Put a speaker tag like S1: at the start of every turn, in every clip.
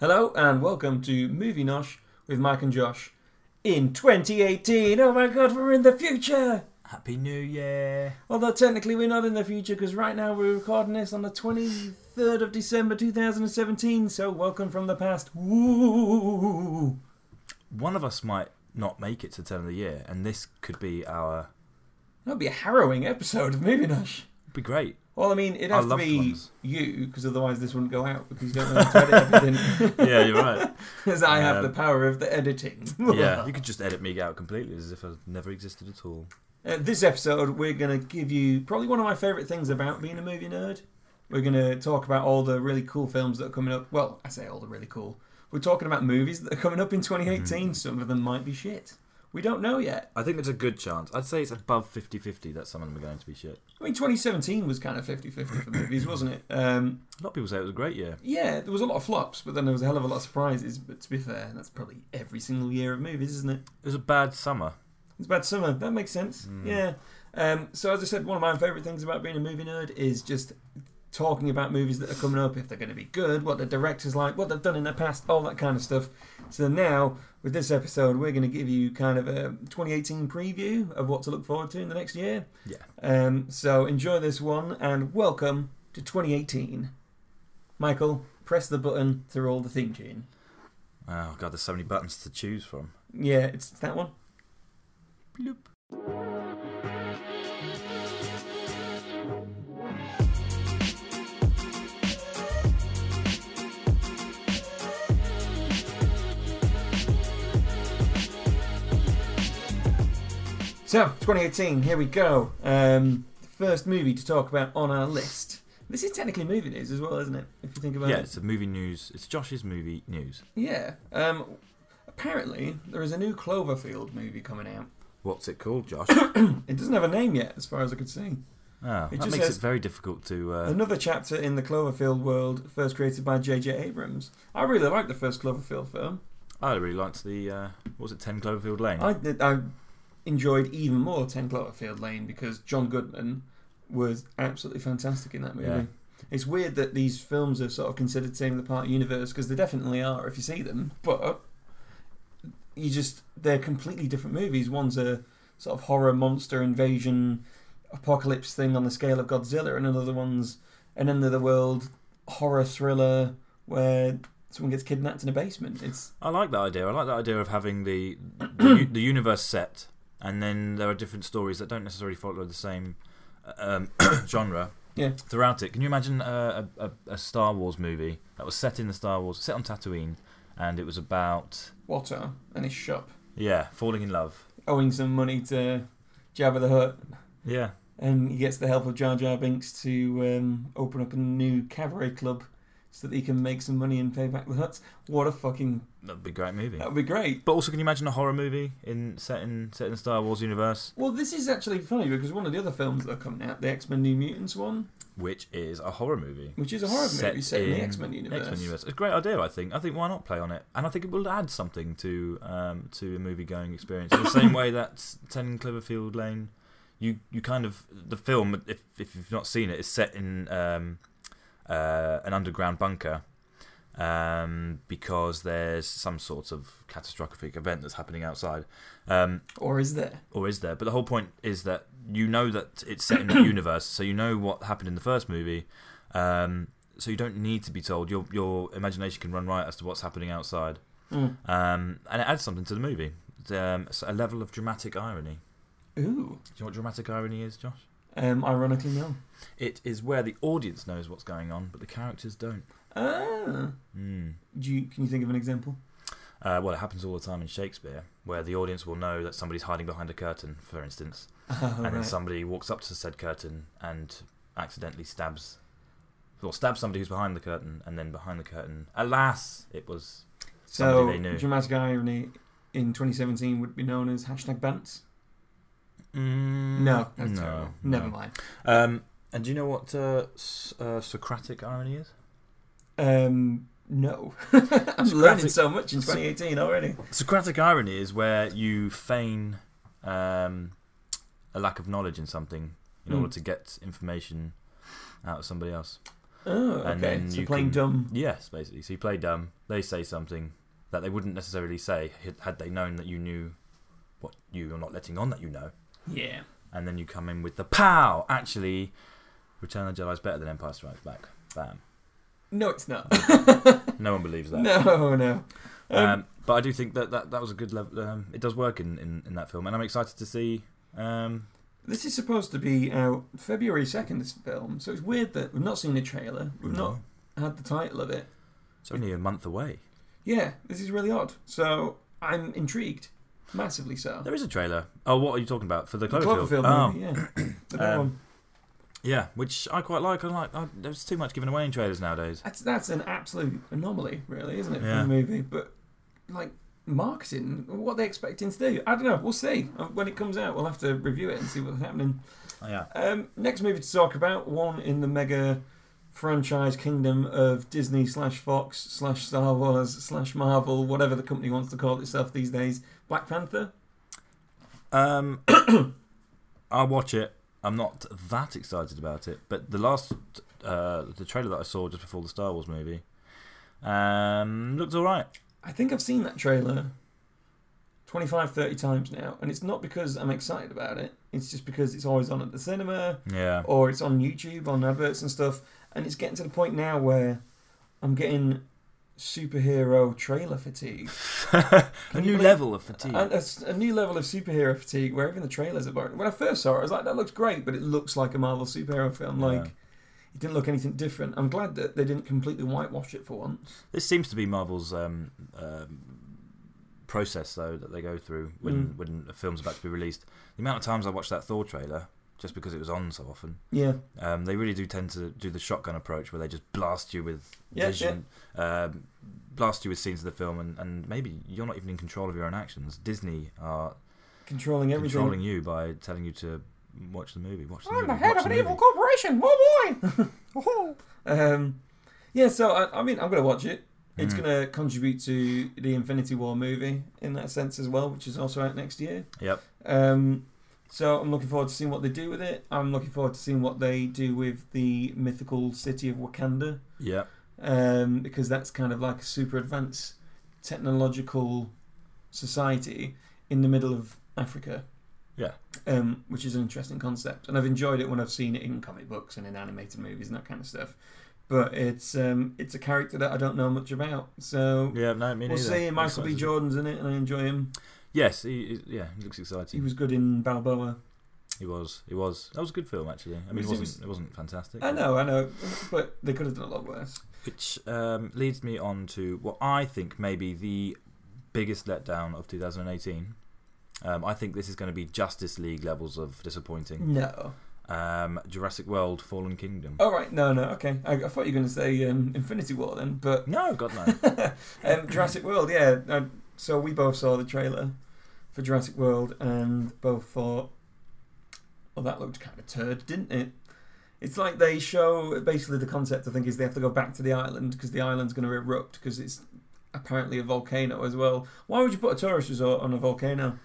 S1: Hello and welcome to Movie Nosh with Mike and Josh in 2018. Oh my god, we're in the future!
S2: Happy New Year.
S1: Although technically we're not in the future because right now we're recording this on the 23rd of December 2017, so welcome from the past. Woo!
S2: One of us might not make it to the turn of the year, and this could be our.
S1: That'll be a harrowing episode of Movie Nosh.
S2: Be great.
S1: Well, I mean, it'd
S2: I
S1: have to
S2: loved
S1: be
S2: ones.
S1: you because otherwise this wouldn't go out because you don't know how to edit everything
S2: Yeah, you're right.
S1: because I have
S2: Um,
S1: the power of the editing.
S2: yeah, you could just edit me out completely as if I never existed at all.
S1: Uh, this episode, we're going to give you probably one of my favourite things about being a movie nerd. We're going to talk about all the really cool films that are coming up. Well, I say all the really cool. We're talking about movies that are coming up in 2018. Some of them might be shit. We don't know yet.
S2: I think there's a good chance. I'd say it's above 50 50 that some of them are going to be shit.
S1: I mean, 2017 was kind of 50 50 for movies, wasn't it? Um,
S2: A lot of people say it was a great year.
S1: yeah, there was a lot of flops, but then there was a hell of a lot of surprises. But to be fair, that's probably every single year of movies, isn't it?
S2: It was a bad summer.
S1: It's about summer. That makes sense. Yeah. Um, so as I said, one of my favourite things about being a movie nerd is just talking about movies that are coming up, if they're going to be good, what the directors like, what they've done in the past, all that kind of stuff. So now, with this episode, we're going to give you kind of a 2018 preview of what to look forward to in the next year.
S2: Yeah.
S1: Um, so enjoy this one and welcome to 2018. Michael, press the button to roll the theme tune.
S2: Oh, God, there's so many buttons to choose from.
S1: Yeah, it's that one.
S2: Bloop.
S1: So, 2018, here we go. Um, the first movie to talk about on our list. This is technically movie news as well, isn't it? If you think about
S2: Yeah,
S1: it.
S2: it's a movie news. It's Josh's movie news.
S1: Yeah. Um, apparently, there is a new Cloverfield movie coming out.
S2: What's it called, Josh?
S1: It doesn't have a name yet, as far as I could see.
S2: Oh,
S1: It
S2: that
S1: just
S2: makes
S1: says-
S2: it very difficult to. Uh,
S1: Another chapter in the Cloverfield world, first created by J.J. Abrams. I really like the first Cloverfield film.
S2: I really liked the. Uh, what was it, 10 Cloverfield Lane?
S1: I, I enjoyed even more 10 Cloverfield Lane because John Goodman was absolutely fantastic in that movie.
S2: Yeah.
S1: It's weird that these films are sort of considered same apart universe because they definitely are if you see them, but you just they're completely different movies. One's a sort of horror monster invasion apocalypse thing on the scale of Godzilla, and another one's an end of the world horror thriller where someone gets kidnapped in a basement. It's
S2: I like that idea. I like that idea of having the the, u- the universe set, and then there are different stories that don't necessarily follow the same um, genre
S1: yeah,
S2: throughout it. Can you imagine uh, a, a, a Star Wars movie that was set in the Star Wars, set on Tatooine, and it was about
S1: Watto and his shop.
S2: yeah, falling in love.
S1: owing some money to Jabba the Hutt,
S2: Yeah,
S1: and he gets the help of Jar Jar Binks to um, open up a new cabaret club so that he can make some money and pay back the Hutts. What a fucking
S2: that'd be a great movie.
S1: that would be great.
S2: But also, can you imagine a horror movie in set in set in the Star Wars universe,
S1: Well, this is actually funny because one of the other films that are coming out, the X Men New Mutants one,
S2: which is a horror movie?
S1: which is a horror movie set in the X Men universe.
S2: X-Men universe. It's a great idea, I think. I think why not play on it? And I think it will add something to um, to a movie going experience. In the same way that Ten Cloverfield Lane, you you kind of the film, if if you've not seen it, is set in um, uh, an underground bunker. Um, because there's some sort of catastrophic event that's happening outside, um,
S1: Or is there?
S2: or is there? But the whole point is that you know that it's set in that universe, so you know what happened in the first movie. Um, so you don't need to be told. Your your imagination can run riot as to what's happening outside,
S1: Mm.
S2: um, and it adds something to the movie. It's, Um, it's a level of dramatic irony.
S1: Ooh.
S2: Do you know what dramatic irony is, Josh?
S1: Um, ironically, no.
S2: It is where the audience knows what's going on, but the characters don't.
S1: Ah.
S2: Mm.
S1: Do you, can you think of an example?
S2: Uh, well, it happens all the time in Shakespeare, where the audience will know that somebody's hiding behind a curtain, for instance.
S1: Oh,
S2: and then
S1: right.
S2: somebody walks up to said curtain and accidentally stabs or stabs somebody who's behind the curtain and then behind the curtain alas it was
S1: so,
S2: somebody they knew.
S1: dramatic irony in 2017 would be known as hashtag Bants.
S2: mm,
S1: No, that's terrible. Never mind.
S2: um, and do you know what uh, S- uh, socratic irony is
S1: Um, no, I'm learning so much in
S2: Socratic-
S1: 2018 already.
S2: socratic irony is where you feign um, a lack of knowledge in something in
S1: Mm.
S2: order to get information out of somebody else
S1: Oh, okay.
S2: And then
S1: so
S2: you
S1: playing
S2: can-
S1: dumb.
S2: Yes, basically. So you play dumb. They say something that they wouldn't necessarily say had- had they known that you knew what you are not letting on that you know.
S1: Yeah.
S2: And then you come in with the pow. Actually, Return of the Jedi is better than Empire Strikes Back. Bam.
S1: No, it's not.
S2: No one believes that.
S1: no, no.
S2: Um, but I do think that that, that was a good level. Um, it does work in, in, in that film, and I'm excited to see. Um,
S1: This is supposed to be out February 2nd, this film, so it's weird that we've not seen a trailer,
S2: Mm.
S1: we've not had the title of it.
S2: It's only a month away.
S1: Yeah, this is really odd. So I'm intrigued, massively so.
S2: There is a trailer. Oh, what are you talking about for the
S1: The
S2: Cloverfield?
S1: Cloverfield
S2: oh,
S1: movie, yeah. The bad
S2: Um,
S1: one.
S2: yeah, which I quite like. I like. I, there's too much given away in trailers nowadays.
S1: That's, that's an absolute anomaly, really, isn't it,
S2: Yeah.
S1: for the movie? But, like, marketing, what are they expecting to do? I don't know, we'll see. Uh, When it comes out, we'll have to review it and see what's happening.
S2: Oh, yeah.
S1: Um, next movie to talk about, one in the mega franchise kingdom of Disney slash Fox slash Star Wars slash Marvel, whatever the company wants to call itself these days. Black Panther.
S2: Um, I watch it. I'm not that excited about it, but the last uh, the trailer that I saw just before the Star Wars movie um, looked all right.
S1: I think I've seen that trailer 25, 30 times now, and it's not because I'm excited about it. It's just because it's always on at the cinema
S2: Yeah,
S1: or it's on YouTube on adverts and stuff, and it's getting to the point now where I'm getting superhero trailer fatigue.
S2: a
S1: Oh. Can
S2: new
S1: you believe-
S2: level of fatigue.
S1: And a, s- a new level of superhero fatigue where even the trailers are boring. When I first saw it, I was like, that looks great, but it looks like a Marvel superhero film.
S2: Yeah.
S1: Like, it didn't look anything different. I'm glad that they didn't completely whitewash it for once.
S2: This seems to be Marvel's um, um, process, though, that they go through when
S1: Mm.
S2: when a film's about to be released. The amount of times I watched that Thor trailer, just because it was on so often,
S1: Yeah.
S2: um, they really do tend to do the shotgun approach, where they just blast you with
S1: Yeah, yeah.
S2: vision, um, blast you with scenes of the film, and, and maybe you're not even in control of your own actions. Disney are
S1: Controlling everything.
S2: controlling you by telling you to watch the movie. Watch the
S1: I'm
S2: movie.
S1: the head
S2: watch
S1: of an
S2: the
S1: evil
S2: movie.
S1: corporation. Oh boy. um, yeah, so I, I mean, I'm going to watch it. It's
S2: Mm.
S1: going to contribute to the Infinity War movie in that sense as well, which is also out next year.
S2: Yep.
S1: Um, so I'm looking forward to seeing what they do with it. I'm looking forward to seeing what they do with the mythical city of Wakanda,
S2: Yep.
S1: um, because that's kind of like a super advanced technological society in the middle of Africa.
S2: Yeah.
S1: Um, which is an interesting concept, and I've enjoyed it when I've seen it in comic books and in animated movies and that kind of stuff. But it's um, it's a character that I don't know much about, so
S2: Yeah. No, me
S1: we'll
S2: neither.
S1: see.
S2: I'm
S1: Michael B.
S2: excited.
S1: Jordan's in it, and I enjoy him.
S2: Yes. He, he- yeah. He looks
S1: He
S2: exciting.
S1: was good in Balboa.
S2: He was. He was. That was a good film, actually. I
S1: Was-
S2: mean, it
S1: it
S2: wasn't.
S1: was-
S2: It wasn't fantastic.
S1: I know, I know, but they could have done a lot worse.
S2: Which um, leads me on to what I think may be the biggest letdown of 2018. Um, I think this is going to be Justice League levels of disappointing.
S1: No.
S2: Um, Jurassic World: Fallen Kingdom.
S1: All right, no, no, okay. I, I thought you were going to say um, Infinity War then, but
S2: No, God no.
S1: um, Jurassic World, yeah. Uh, so we both saw the trailer for Jurassic World and both thought, well, that looked kind of turd, didn't it? It's like they show basically the concept, I think, is they have to go back to the island because the island's going to erupt because it's apparently a volcano as well. Why would you put a tourist resort on a volcano?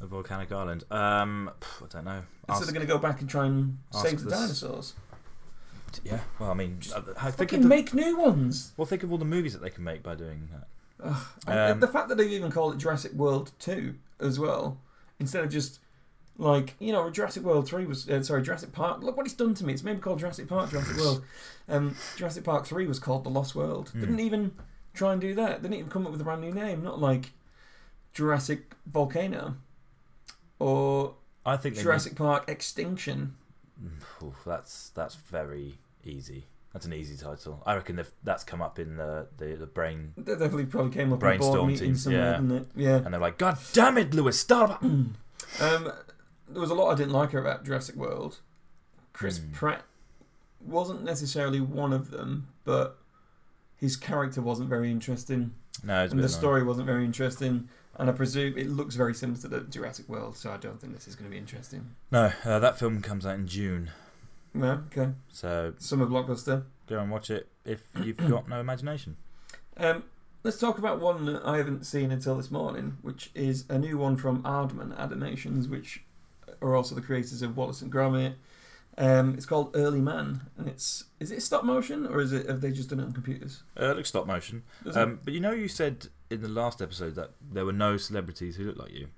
S2: a volcanic island. Um, pff, I don't know.
S1: so they're
S2: Ask,
S1: going to go back and try and
S2: ask
S1: save the
S2: this-
S1: dinosaurs.
S2: yeah. Well, I mean,
S1: Just
S2: uh, I think
S1: Fucking
S2: of the,
S1: make new ones.
S2: well, think of all the movies that they can make by doing that.
S1: Ugh. And
S2: Um,
S1: the fact that they've even called it Jurassic World Two as well, instead of just like you know Jurassic World Three was uh, sorry Jurassic Park. Look what it's done to me. It's maybe called Jurassic Park, Jurassic World. Um, Jurassic Park Three was called The Lost World.
S2: Hmm.
S1: Didn't even try and do that. Didn't even come up with a brand new name. Not like Jurassic Volcano or
S2: I think they
S1: Jurassic Park Extinction.
S2: Oof, that's that's very easy. That's an easy title. I reckon they've- that's come up in the, the, the brain,
S1: That definitely probably came up in a board
S2: Brainstorm
S1: meeting
S2: team,
S1: somewhere,
S2: yeah.
S1: didn't it? Yeah.
S2: and they're like, "God damn it, Lewis, stop!"
S1: um, there was a lot I didn't like about Jurassic World. Chris
S2: Hmm.
S1: Pratt wasn't necessarily one of them, but his character wasn't very interesting,
S2: No,
S1: and
S2: it's a bit
S1: the
S2: annoying.
S1: story wasn't very interesting. And I presume it looks very similar to the Jurassic World, so I don't think this is going to be interesting.
S2: No, uh, that film comes out in June,
S1: No, okay.
S2: so
S1: Summer blockbuster.
S2: go and watch it if you've got no imagination.
S1: Um, let's talk about one that I haven't seen until this morning, which is a new one from Aardman Animations, which are also the creators of Wallace and Gromit, Um, it's called Early Man, and it's is it stop motion or is it have they just done it on computers?
S2: Uh, it looks stop motion.
S1: Does it-
S2: Um, but you know, you said in the last episode that there were no celebrities who looked like you.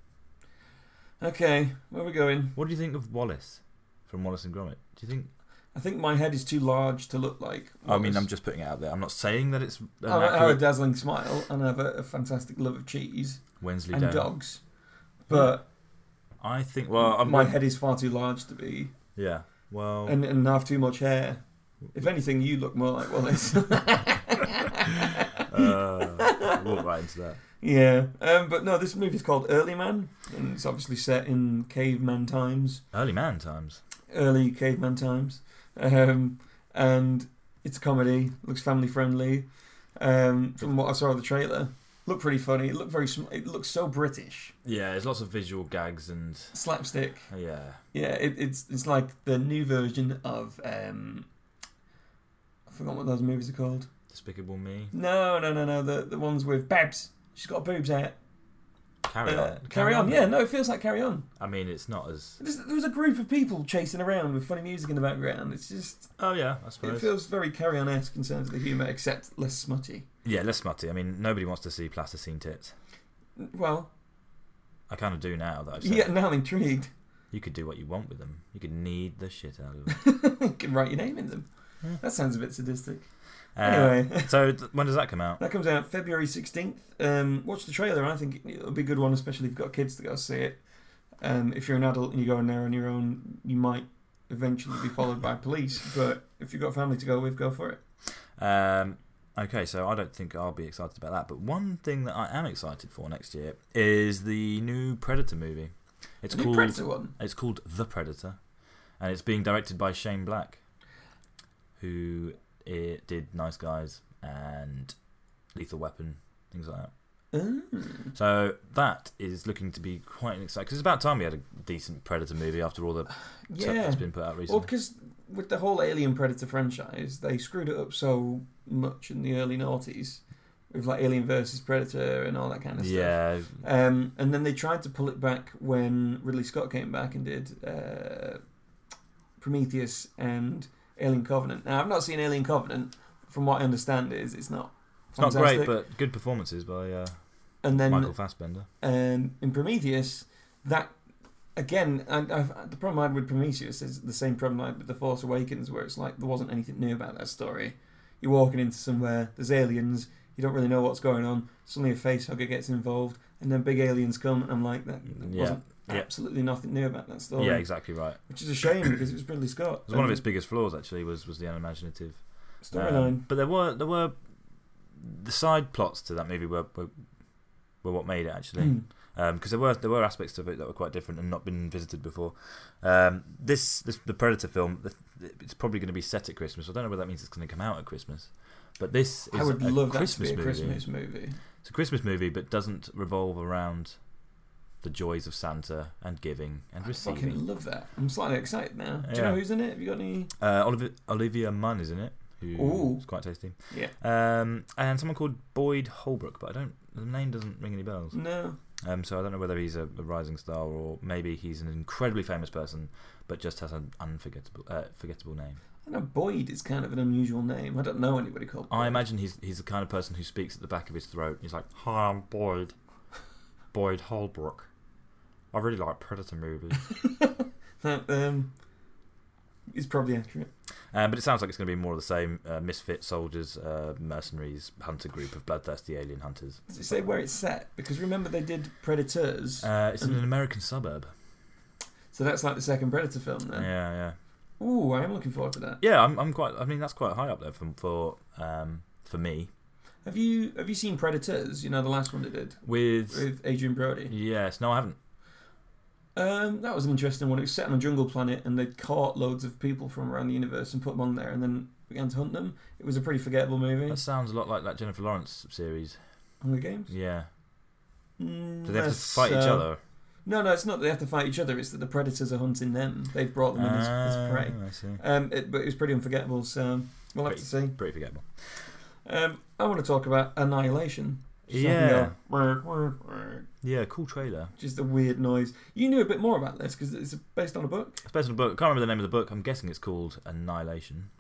S1: Okay, where are we going?
S2: What do you think of Wallace from Wallace and Gromit? Do you think?
S1: I think my head is too large to look like.
S2: I mean,
S1: Wallace.
S2: I'm just putting it out there. I'm not saying that it's an
S1: I have a
S2: accurate
S1: dazzling smile and I have a, a fantastic love of cheese
S2: Wensley
S1: and um,
S2: Dale.
S1: dogs, but
S2: I think. Well, I'm, Oh.
S1: my head is far too large to be,
S2: Yeah. Well,
S1: and, and I have too much hair. If anything, you look more like Wallace.
S2: uh, walk right into that.
S1: yeah, um, but no, this movie's called Early Man, and it's obviously set in caveman times.
S2: Early man times.
S1: early caveman times. Um, and it's a comedy, looks family friendly. Um, from what I saw of the trailer, looked pretty funny. It looked very, sm- it looked so British,
S2: Yeah, there's lots of visual gags and oh,
S1: slapstick.
S2: yeah.
S1: Yeah, it, it's it's like the new version of um, I forgot what those movies are called.
S2: Despicable Me.
S1: No, no, no, no. The the ones with Babs. She's got boobs out.
S2: Carry on.
S1: Uh, carry on. Yeah, no, it feels like Carry On.
S2: I mean, it's not as.
S1: There's, there was a group of people chasing around with funny music in the background. It's just
S2: Oh yeah, I
S1: It
S2: suppose.
S1: feels very carry on esque in terms of the humour, except less smutty.
S2: Yeah, less smutty. I mean, nobody wants to see plasticine tits.
S1: Well,
S2: I kind of do now that I've said.
S1: yeah, now I'm intrigued.
S2: You could do what you want with them. You could knead the shit out of them.
S1: you can write your name in them.
S2: Yeah.
S1: That sounds a bit sadistic.
S2: Uh,
S1: anyway,
S2: So th- when does that come out?
S1: that comes out February 16th. Um, watch the trailer. I think it'll be a good one, especially if you've got kids to go see it. Um, if you're an adult and you're going there on your own, you might eventually be followed by police. But if you've got family to go with, go for it.
S2: Um, okay, so I don't think I'll be excited about that. But one thing that I am excited for next year is the new Predator movie. It's
S1: a new
S2: called
S1: Predator one.
S2: It's called The Predator, and it's being directed by Shane Black, who eh, did Nice Guys and Lethal Weapon, things like that.
S1: Mm.
S2: So that is looking to be quite an exciting. Because it's about time we had a decent Predator movie after all the stuff
S1: Yeah.
S2: that's been put out
S1: Well,
S2: recently.
S1: because with the whole Alien Predator franchise, they screwed it up so much in the early noughties with like Alien versus Predator and all that kind of stuff.
S2: yeah,
S1: Um, and then they tried to pull it back when Ridley Scott came back and did uh, Prometheus and Alien Covenant. Now, I've not seen Alien Covenant. From what I understand, is it's not.
S2: it's not great,
S1: fantastic.
S2: but good performances by uh,
S1: and then
S2: Michael Fassbender.
S1: um, in Prometheus, that again, and I've, the problem I had with Prometheus is the same problem I had with The Force Awakens, where it's like there wasn't anything new about that story. You're walking into somewhere, there's aliens, you don't really know what's going on. Suddenly, a facehugger gets involved, and then big aliens come, and I'm like, that there
S2: Mm, Yeah,
S1: wasn't
S2: yeah.
S1: absolutely nothing new about that story,
S2: Yeah, exactly right.
S1: which is a shame because it was Ridley Scott.
S2: It was one of
S1: and
S2: its biggest flaws actually was was the unimaginative
S1: storyline.
S2: Um, but there were there were the side plots to that movie were were, were what made it actually
S1: Mm.
S2: because there were there were aspects of it that were quite different and not been visited before. Um, this this the Predator film th- it's probably going to be set at Christmas. I don't know whether that means it's going to come out at Christmas, but this is
S1: I would
S2: a
S1: love that
S2: Christmas
S1: to be a
S2: movie.
S1: Christmas movie.
S2: It's a Christmas movie, but doesn't revolve around the joys of Santa and giving and
S1: I
S2: receiving.
S1: fucking love that. I'm slightly excited now. Do you
S2: Yeah.
S1: know who's in it? Have you got any?
S2: Uh, Olivia, Olivia Munn is in it, who
S1: Ooh.
S2: is quite tasty.
S1: Yeah.
S2: Um, and someone called Boyd Holbrook, but I don't. The name doesn't ring any bells.
S1: No.
S2: Um, so I don't know whether he's a, a rising star or maybe he's an incredibly famous person, but just has an unforgettable, uh, forgettable name.
S1: I know Boyd is kind of an unusual name. I don't know anybody called. Boyd.
S2: I imagine he's he's the kind of person who speaks at the back of his throat. He's like, "Hi, I'm Boyd, Boyd Holbrook. I really like Predator movies."
S1: that um, is probably accurate.
S2: um, but it sounds like it's going to be more of the same: uh, misfit soldiers, uh, mercenaries, hunter group of bloodthirsty alien hunters.
S1: Does it say where it's set? Because remember they did Predators,
S2: Uh, it's in an American suburb.
S1: so that's like the second Predator film
S2: Yeah,
S1: then.
S2: yeah.
S1: Ooh, I am looking forward to that.
S2: Yeah, I'm, I'm quite. I mean, that's quite high up there for for um, for me
S1: Have you have you seen Predators? You know the last one they did
S2: with.
S1: with Adrian Brody.
S2: Yes, no, I haven't.
S1: Um, that was an interesting one. It was set on a jungle planet, and they caught loads of people from around the universe and put them on there, and then began to hunt them. It was a pretty forgettable movie.
S2: That sounds a lot like that Jennifer Lawrence series.
S1: Hunger Games.
S2: Yeah,
S1: Mm,
S2: do they have to
S1: less
S2: fight each
S1: so.
S2: other?
S1: No, no, it's not that they have to fight each other. It's that the predators are hunting them. They've brought them in as, as prey.
S2: Ah, I see.
S1: Um, it, but it was pretty unforgettable, so we'll have to see.
S2: Pretty forgettable.
S1: Um, I want to talk about Annihilation. Just so I can go, "Wah, wah, wah."
S2: Yeah, cool trailer.
S1: Just a weird noise. You knew a bit more about this because it's based on a book.
S2: It's based on a book. I can't remember the name of the book. I'm guessing it's called Annihilation.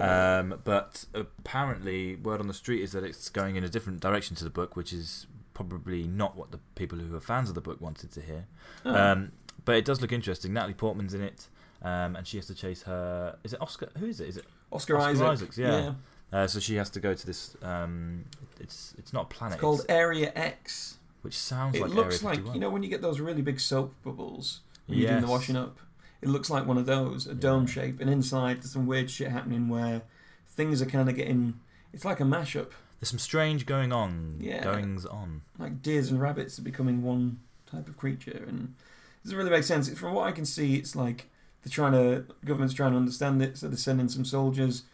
S2: Um, but apparently, word on the street is that it's going in a different direction to the book, which is probably not what the people who are fans of the book wanted to hear.
S1: Oh.
S2: Um, but it does look interesting. Natalie Portman's in it, um, and she has to chase her. Is it Oscar? Who is it? Is it?
S1: Oscar,
S2: Oscar
S1: Isaac.
S2: Isaacs, yeah. Uh, so she has to go to this. Um, it's it's not a planet.
S1: It's called
S2: it's-
S1: Area X.
S2: which sounds
S1: It
S2: like
S1: looks
S2: Area
S1: like
S2: 51.
S1: you know when you get those really big soap bubbles when you're doing the
S2: Yes.
S1: washing up. It looks like one of those, a dome
S2: Yeah.
S1: shape, and inside there's some weird shit happening where things are kind of getting. It's like a mashup,
S2: There's some strange going on.
S1: Yeah.
S2: Goings on.
S1: like deers and rabbits are becoming one type of creature, and it doesn't really make sense. From what I can see, it's like they're trying to government's trying to understand it, so they're sending some soldiers.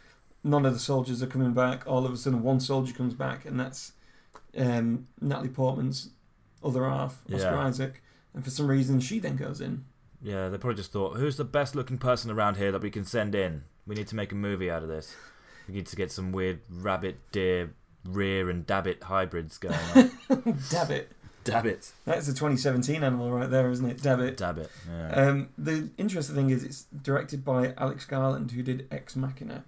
S1: None of the soldiers are coming back. All of a sudden, one soldier comes back, and that's um, Natalie Portman's other half, Oscar
S2: Yeah.
S1: Isaac. And for some reason, she then goes in.
S2: Yeah, they probably just thought, who's the best looking person around here that we can send in? We need to make a movie out of this. We need to get some weird rabbit, deer, rear, and dabbit hybrids going on.
S1: Dabbit.
S2: dabbit.
S1: That's a 2017 animal right there, isn't it? Dabbit.
S2: Dabbit. Yeah.
S1: Um, the interesting thing is it's directed by Alex Garland, who did Ex Machina.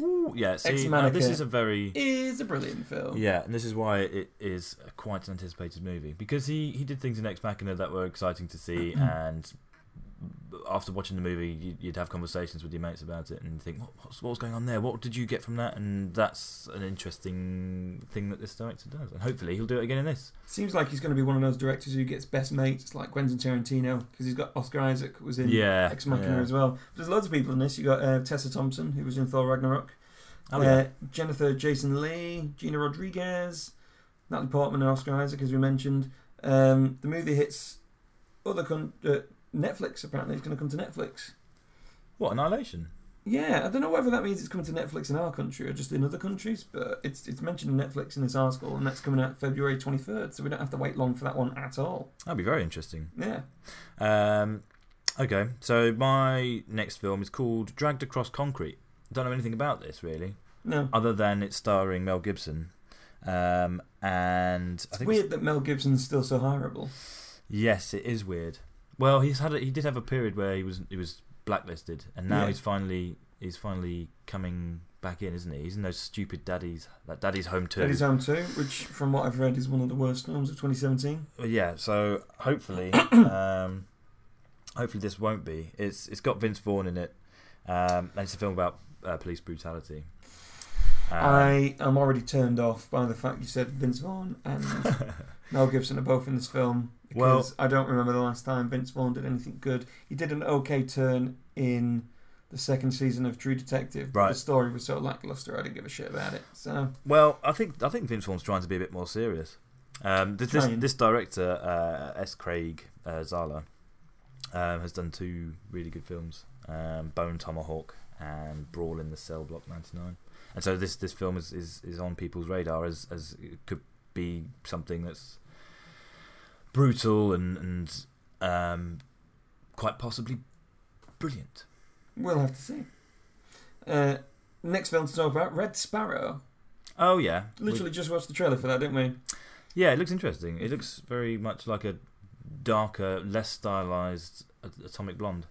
S2: Ooh, yeah, see, now
S1: Manica.
S2: this is a very.
S1: Is a brilliant film.
S2: Yeah, and this is why it is a quite an anticipated movie because he, he did things in Ex Machina that were exciting to see, and after watching the movie, you- you'd have conversations with your mates about it and think, what, what's, what was going on there? What did you get from that? And that's an interesting thing that this director does, and hopefully he'll do it again in this.
S1: Seems like he's going to be one of those directors who gets best mates, like Quentin Tarantino, because he's got Oscar Isaac was in
S2: yeah,
S1: Ex Machina
S2: yeah.
S1: as well. There's loads of people in this. You got uh, Tessa Thompson, who was in Thor Ragnarok.
S2: Oh,
S1: uh,
S2: yeah.
S1: Jennifer Jason Lee, Gina Rodriguez, Natalie Portman, and Oscar Isaac, as we mentioned. Um, the movie hits other con- uh, Netflix. Apparently, it's going to come to Netflix.
S2: What Annihilation?
S1: Yeah, I don't know whether that means it's coming to Netflix in our country or just in other countries, but it's it's mentioned in Netflix in this article, and that's coming out February 23rd, so we don't have to wait long for that one at all.
S2: That'd be very interesting.
S1: Yeah,
S2: Um, okay, so my next film is called Dragged Across Concrete. Don't know anything about this really.
S1: no.
S2: other than it's starring Mel Gibson. Um, and I
S1: It's
S2: think
S1: weird that Mel Gibson's still so hireable.
S2: yes, it is weird. Well, he's had a, he did have a period where he was he was blacklisted, and now
S1: Yeah.
S2: he's finally he's finally coming back in, isn't he? He's in those stupid daddies that daddy's home too.
S1: Daddy's Home 2, which, from what I've read, is one of the worst films of 2017.
S2: yeah, so hopefully, um, hopefully this won't be. It's it's got Vince Vaughn in it, um, and it's a film about uh, police brutality. Um,
S1: I am already turned off by the fact you said Vince Vaughn and Mel Gibson are both in this film
S2: Well-
S1: because I don't remember the last time Vince Vaughn did anything good. He did an okay turn in the second season of True Detective, but
S2: Right.
S1: the story was so lackluster I didn't give a shit about it. So
S2: Well, I think I think Vince Vaughn's trying to be a bit more serious. Um, this, this
S1: Trying.
S2: this director uh, S. Craig uh, Zala um, has done two really good films: um, Bone Tomahawk and Brawl in the Cell Block 99. And so this this film is, is, is on people's radar as as it could be something that's brutal and and um, quite possibly brilliant.
S1: we'll have to see. Uh, next film to talk about Red Sparrow.
S2: Oh yeah, We-
S1: Literally just watched the trailer for that, didn't we?
S2: Yeah, it looks interesting. It looks very much like a darker, less stylized Atomic Blonde.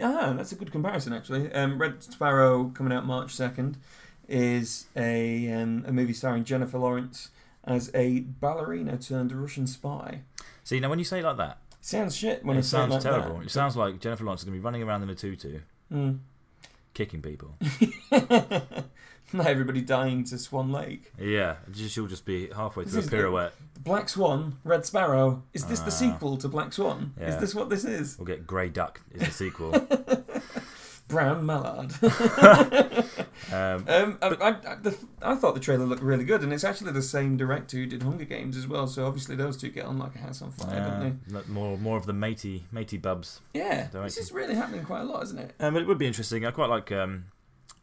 S1: Ah, that's a good comparison actually. Um, Red Sparrow coming out March second is a um, a movie starring Jennifer Lawrence as a ballerina turned Russian spy.
S2: See, now when you say it like that,
S1: Sounds shit when
S2: it
S1: I say
S2: sounds
S1: like
S2: terrible.
S1: That.
S2: It sounds like Jennifer Lawrence is going to be running around in a tutu,
S1: Mm.
S2: kicking people.
S1: Hmm. Not everybody dying to Swan Lake.
S2: yeah, just- she'll just be halfway
S1: This
S2: through a
S1: is the-
S2: pirouette.
S1: Black Swan, Red Sparrow. Is this
S2: Ah.
S1: the sequel to Black Swan? Is
S2: Yeah.
S1: this what this is?
S2: We'll get Grey Duck is the sequel.
S1: Brown Mallard.
S2: um,
S1: Um, I, I, I, the, I thought the trailer looked really good, and it's actually the same director who did Hunger Games as well. So obviously those two get on like a house on fire,
S2: uh,
S1: don't
S2: no- more more of the matey matey bubs.
S1: they? Yeah,
S2: Director.
S1: this is really happening quite a lot, isn't it?
S2: Um, but it would be interesting. I quite like um,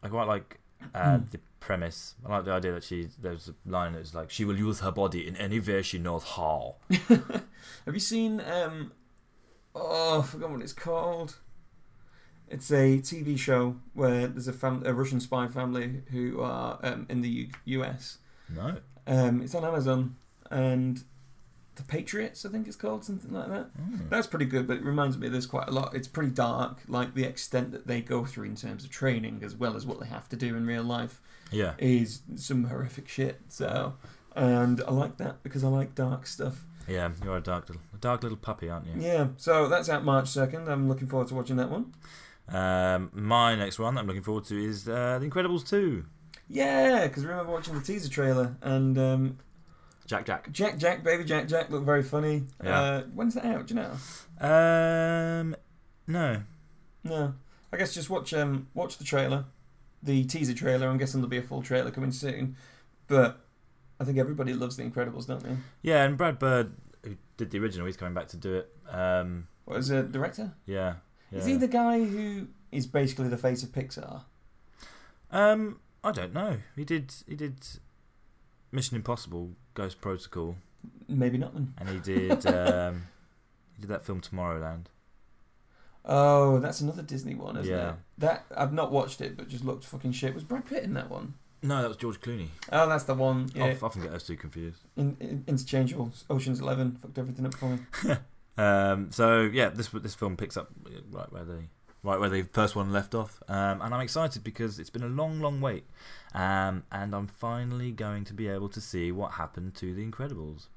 S2: I quite like uh,
S1: Hmm.
S2: the premise. I like the idea that she there's a line that's like she will use her body in any way she knows how.
S1: Have you seen? Um, oh, I forgot what it's called. It's a TV show where there's a, fam- a Russian spy family who are um, in the U- US,
S2: No.
S1: Um, it's on Amazon, and The Patriots, I think it's called, something like that.
S2: Mm.
S1: That's pretty good, but it reminds me of this quite a lot. It's pretty dark, like the extent that they go through in terms of training, as well as what they have to do in real life,
S2: Yeah.
S1: is some horrific shit. So, and I like that because I like dark stuff.
S2: Yeah, you're a dark little, a dark little puppy, aren't you?
S1: Yeah, so that's out March 2nd. I'm looking forward to watching that one.
S2: Um, my next one that I'm looking forward to is uh, The Incredibles 2.
S1: Yeah, because I remember watching the teaser trailer and um,
S2: Jack Jack.
S1: Jack Jack, Baby Jack Jack looked very funny.
S2: Yeah.
S1: Uh, when's that out? Do you know?
S2: Um, no.
S1: No. I guess just watch um, watch the trailer, the teaser trailer. I'm guessing there'll be a full trailer coming soon. But I think everybody loves The Incredibles, don't they?
S2: Yeah, and Brad Bird, who did the original, he's coming back to do it. Um,
S1: What is it, director?
S2: yeah.
S1: Is
S2: yeah.
S1: he the guy who is basically the face of Pixar?
S2: Um, I don't know. He did. He did Mission Impossible, Ghost Protocol,
S1: Maybe not then.
S2: and he did. um, he did that film Tomorrowland.
S1: Oh, that's another Disney one, isn't
S2: Yeah.
S1: it? That I've not watched it, but just looked fucking shit. Was Brad Pitt in that one?
S2: No, that was George Clooney.
S1: Oh, that's the one.
S2: I
S1: Yeah,
S2: f- I often get those two confused.
S1: in, in, interchangeable. Ocean's Eleven fucked everything up for me.
S2: Um, so yeah, this this film picks up right where they right where the first one left off, um, and I'm excited because it's been a long, long wait, um, and I'm finally going to be able to see what happened to the Incredibles.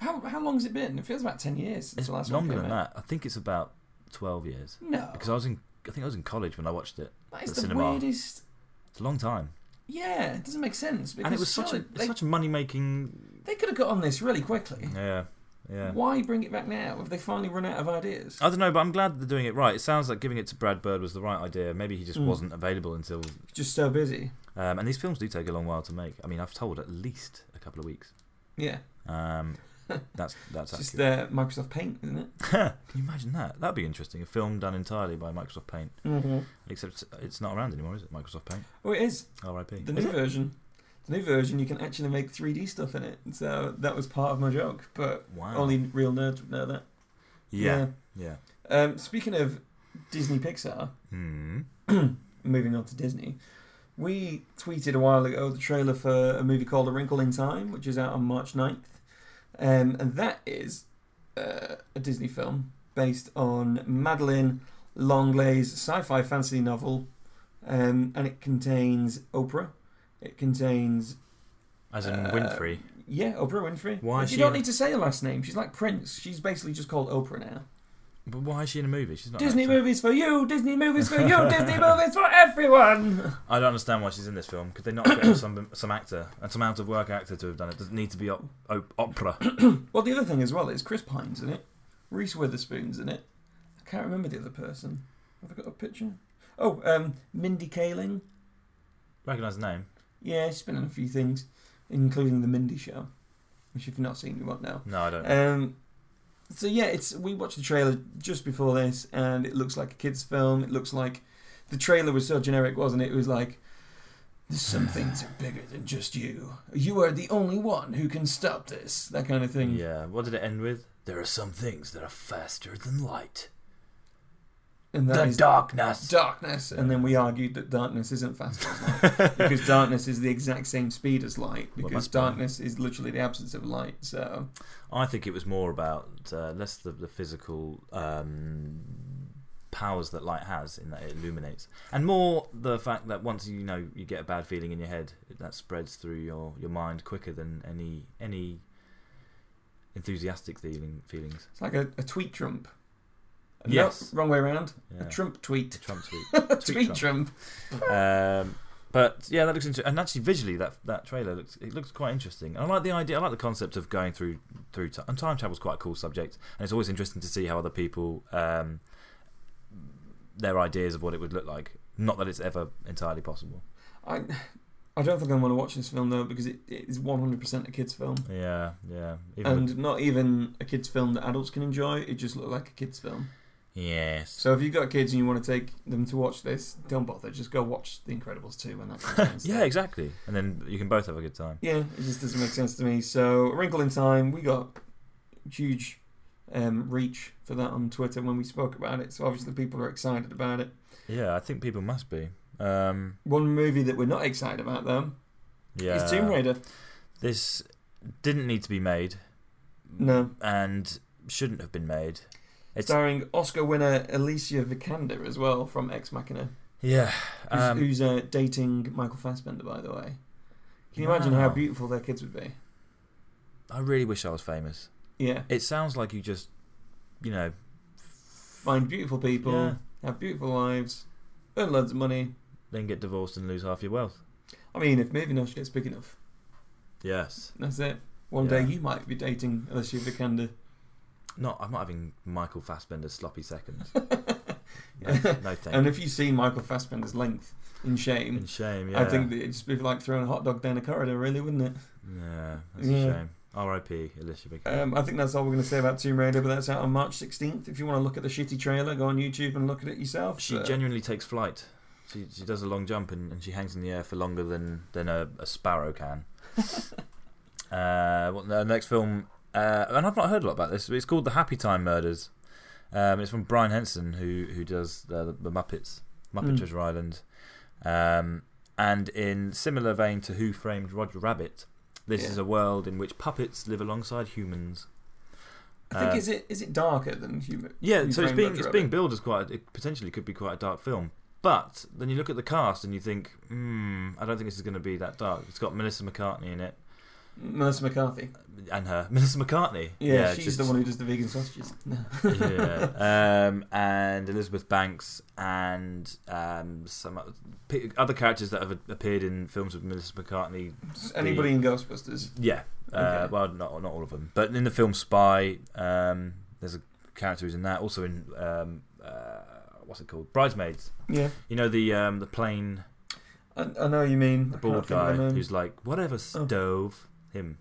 S1: How how long's it been? It feels about ten years since
S2: It's
S1: the last
S2: longer
S1: one
S2: than
S1: came out.
S2: that. I think it's about twelve years
S1: No,
S2: because I was in I think I was in college when I watched it.
S1: that is
S2: the
S1: the
S2: cinema.
S1: weirdest.
S2: It's a long time,
S1: Yeah, it doesn't make sense. Because
S2: and it was such a
S1: surely
S2: it's
S1: they,
S2: such a money making.
S1: they could have got on this really quickly.
S2: Yeah, yeah.
S1: Why bring it back now? Have they finally run out of ideas?
S2: I don't know, but I'm glad they're doing it right. It sounds like giving it to Brad Bird was the right idea. Maybe he just
S1: Mm.
S2: wasn't available until
S1: Just so busy.
S2: Um, and these films do take a long while to make. I mean, I've told at least a couple of weeks.
S1: Yeah,
S2: Um, that's that's
S1: it's just
S2: accurate.
S1: uh, Microsoft Paint, isn't it?
S2: Can you imagine that? That'd be interesting. A film done entirely by Microsoft Paint,
S1: Mm-hmm.
S2: except it's not around anymore, is it? Microsoft Paint.
S1: Oh, it is.
S2: R.I.P.
S1: The new version. The new version, you can actually make 3D stuff in it. So that was part of my joke, but
S2: Wow.
S1: only real nerds would know that.
S2: Ah. yeah. Yeah.
S1: Yeah. Um, speaking of Disney Pixar,
S2: Hmm.
S1: moving on to Disney, we tweeted a while ago the trailer for a movie called A Wrinkle in Time, which is out on March 9th. Um, and that is uh, a Disney film based on Madeleine Longlay's sci fi fantasy novel. Um, and it contains Oprah. It contains.
S2: As in
S1: Uh,
S2: Winfrey.
S1: Yeah, Oprah Winfrey.
S2: Why
S1: Like,
S2: is
S1: you
S2: she
S1: don't
S2: in-
S1: need to say her last name. She's like Prince. She's basically just called Oprah now.
S2: But why is she in a movie? She's not. an
S1: Disney
S2: actor.
S1: movies for you. Disney movies for you. Disney movies for everyone.
S2: I don't understand why she's in this film. Could they not get some some actor and some out of work actor to have done it? Doesn't need to be op- op- opera.
S1: Well, the other thing as well is Chris Pine's in it, Reese Witherspoon's in it. I can't remember the other person. Have I got a picture? Oh, um, Mindy Kaling.
S2: Recognise the name?
S1: Yeah, she's been in a few things, including the Mindy Show, which if you've not seen, you won't know.
S2: No, I don't.
S1: Um, so yeah, it's we watched the trailer just before this, and it looks like a kids' film. It looks like the trailer was so generic, wasn't it? It was like. Some things are bigger than just you. You are the only one who can stop this. That kind of thing.
S2: Yeah. What did it end with? There are some things that are faster than light.
S1: And that is-
S2: darkness.
S1: darkness, and then we argued that darkness isn't fast as light because darkness is the exact same speed as light
S2: Well,
S1: because
S2: that's bad.
S1: darkness is literally the absence of light. So
S2: I think it was more about uh, less the, the physical um, powers that light has in that it illuminates, and more the fact that once you know you get a bad feeling in your head, that spreads through your, your mind quicker than any any enthusiastic feeling feelings.
S1: it's like a, a tweet trump. No,
S2: Yes.
S1: wrong way around.
S2: Yeah.
S1: A Trump tweet.
S2: Trump tweet.
S1: A
S2: Tweet
S1: tweet trump.
S2: um, but yeah, that looks interesting. And actually, visually, that that trailer looks it looks quite interesting. And I like the idea. I like the concept of going through through time. And time travel's quite a cool subject, and it's always interesting to see how other people um, their ideas of what it would look like. Not that it's ever entirely possible.
S1: I, I don't think I'm going to watch this film though because it, it is 100% a kids film.
S2: Yeah, yeah. Even
S1: And not even a kids film that adults can enjoy. It just looked like a kids film.
S2: with- yes.
S1: So if you've got kids and you want to take them to watch this, don't bother. Just go watch The Incredibles 2 when that comes out instead.
S2: yeah, exactly. And then you can both have a good time.
S1: Yeah, it just doesn't make sense to me. So, A Wrinkle in Time, we got huge um, reach for that on Twitter when we spoke about it. So, obviously, people are excited about it.
S2: Yeah, I think people must be. Um,
S1: One movie that we're not excited about, though,
S2: yeah.
S1: is Tomb Raider.
S2: This didn't need to be made.
S1: No.
S2: And shouldn't have been made. It's-
S1: Starring Oscar winner Alicia Vikander as well from Ex Machina,
S2: Yeah.
S1: who's,
S2: um,
S1: who's uh, dating Michael Fassbender, by the way. Can you imagine how
S2: Wow.
S1: beautiful their kids would be?
S2: I really wish I was famous.
S1: Yeah,
S2: It sounds like you just, you know,
S1: find beautiful people,
S2: yeah,
S1: have beautiful lives, earn loads of money.
S2: then get divorced and lose half your wealth.
S1: I mean, if movie knowledge gets big enough,
S2: Yes.
S1: that's it. One
S2: Yeah.
S1: day you might be dating Alicia Vikander.
S2: No, I'm not having Michael Fassbender's sloppy seconds. no, no
S1: And
S2: thank
S1: if you see Michael Fassbender's length in
S2: you.
S1: shame,
S2: In shame, yeah.
S1: I think that it'd just be like throwing a hot dog down a corridor, really, wouldn't it?
S2: Yeah, that's
S1: Yeah.
S2: a shame. R.I.P. Alicia Vikander.
S1: Um, I think that's all we're going to say about Tomb Raider, but that's out on March 16th. If you want to look at the shitty trailer, go on YouTube and look at it yourself.
S2: she
S1: Uh,
S2: genuinely takes flight. She, she does a long jump and, and she hangs in the air for longer than, than a, a sparrow can. uh, well, the next film, uh, and I've not heard a lot about this, but it's called The Happy Time Murders. Um, it's from Brian Henson, who who does the, the Muppets, Muppet
S1: Mm.
S2: Treasure Island. Um, and in similar vein to Who Framed Roger Rabbit, this
S1: Yeah.
S2: is a world in which puppets live alongside humans.
S1: I think
S2: uh,
S1: is it is it darker than human?
S2: Yeah,
S1: Who
S2: so it's
S1: Framed
S2: being
S1: Roger
S2: it's
S1: Rabbit?
S2: being billed as quite a, it potentially could be quite a dark film. But then you look at the cast and you think, hmm, I don't think this is going to be that dark. It's got Melissa McCartney in it,
S1: Melissa McCarthy.
S2: and her Melissa McCartney.
S1: Yeah,
S2: it's
S1: she's
S2: just-
S1: the one who does the vegan sausages. No.
S2: yeah, um, and Elizabeth Banks and um, some o- p- other characters that have a- appeared in films with Melissa McCartney.
S1: Anybody in Ghostbusters?
S2: Yeah, uh,
S1: Okay.
S2: well, not not all of them, but in the film Spy, um, there's a character who's in that. Also in um, uh, what's it called, Bridesmaids.
S1: Yeah,
S2: You know the um, the plane,
S1: I, I know what you mean.
S2: the
S1: I can't
S2: bald
S1: think of
S2: guy
S1: her name. Oh.
S2: who's like whatever stove him.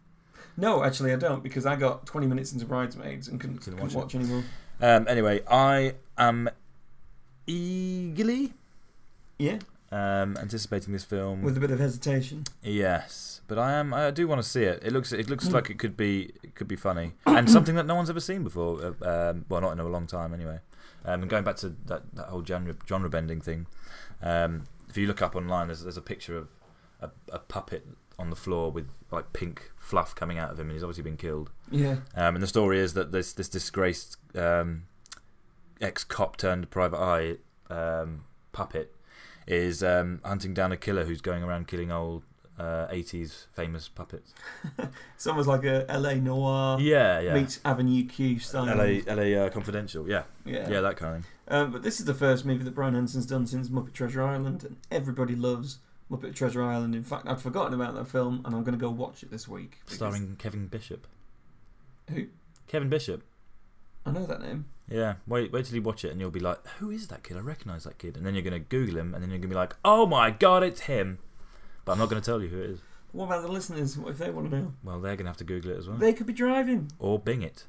S1: No, actually, I don't because I got 20 minutes into Bridesmaids and couldn't,
S2: Couldn't
S1: couldn't watch,
S2: watch
S1: anymore.
S2: Um, anyway, I am eagerly
S1: Yeah,
S2: um, anticipating this film.
S1: with a bit of hesitation.
S2: yes, but I am. I do want to see it. It looks. It looks
S1: Mm.
S2: like it could be. It could be funny and something that no one's ever seen before. uh, Um, well, not in a long time anyway. Um, and going back to that, that whole genre genre bending thing. Um, if you look up online, there's there's a picture of a, a puppet on the floor with like pink fluff coming out of him, and he's obviously been killed.
S1: Yeah,
S2: Um, and the story is that this this disgraced um, ex cop turned private eye um, puppet is um, hunting down a killer who's going around killing old uh, 80s famous puppets.
S1: it's almost like a LA noir
S2: Yeah, yeah.
S1: meets um, Avenue Q style.
S2: LA, LA uh, Confidential, yeah. yeah. that kind of thing.
S1: Um, but this is the first movie that Brian Henson's done since Muppet Treasure Island, and everybody loves Muppet Treasure Island. In fact, I'd forgotten about that film, and I'm going to go watch it this week. because-
S2: Starring Kevin Bishop.
S1: Who?
S2: Kevin Bishop.
S1: I know that name.
S2: Yeah, wait, wait till you watch it and you'll be like, who is that kid? I recognise that kid. And then you're going to Google him and then you're going to be like, oh my god, it's him. But I'm not going to tell you who it is.
S1: What about the listeners? What if they want to know?
S2: Well, they're going to have to Google it as well.
S1: They could be driving.
S2: or Bing it.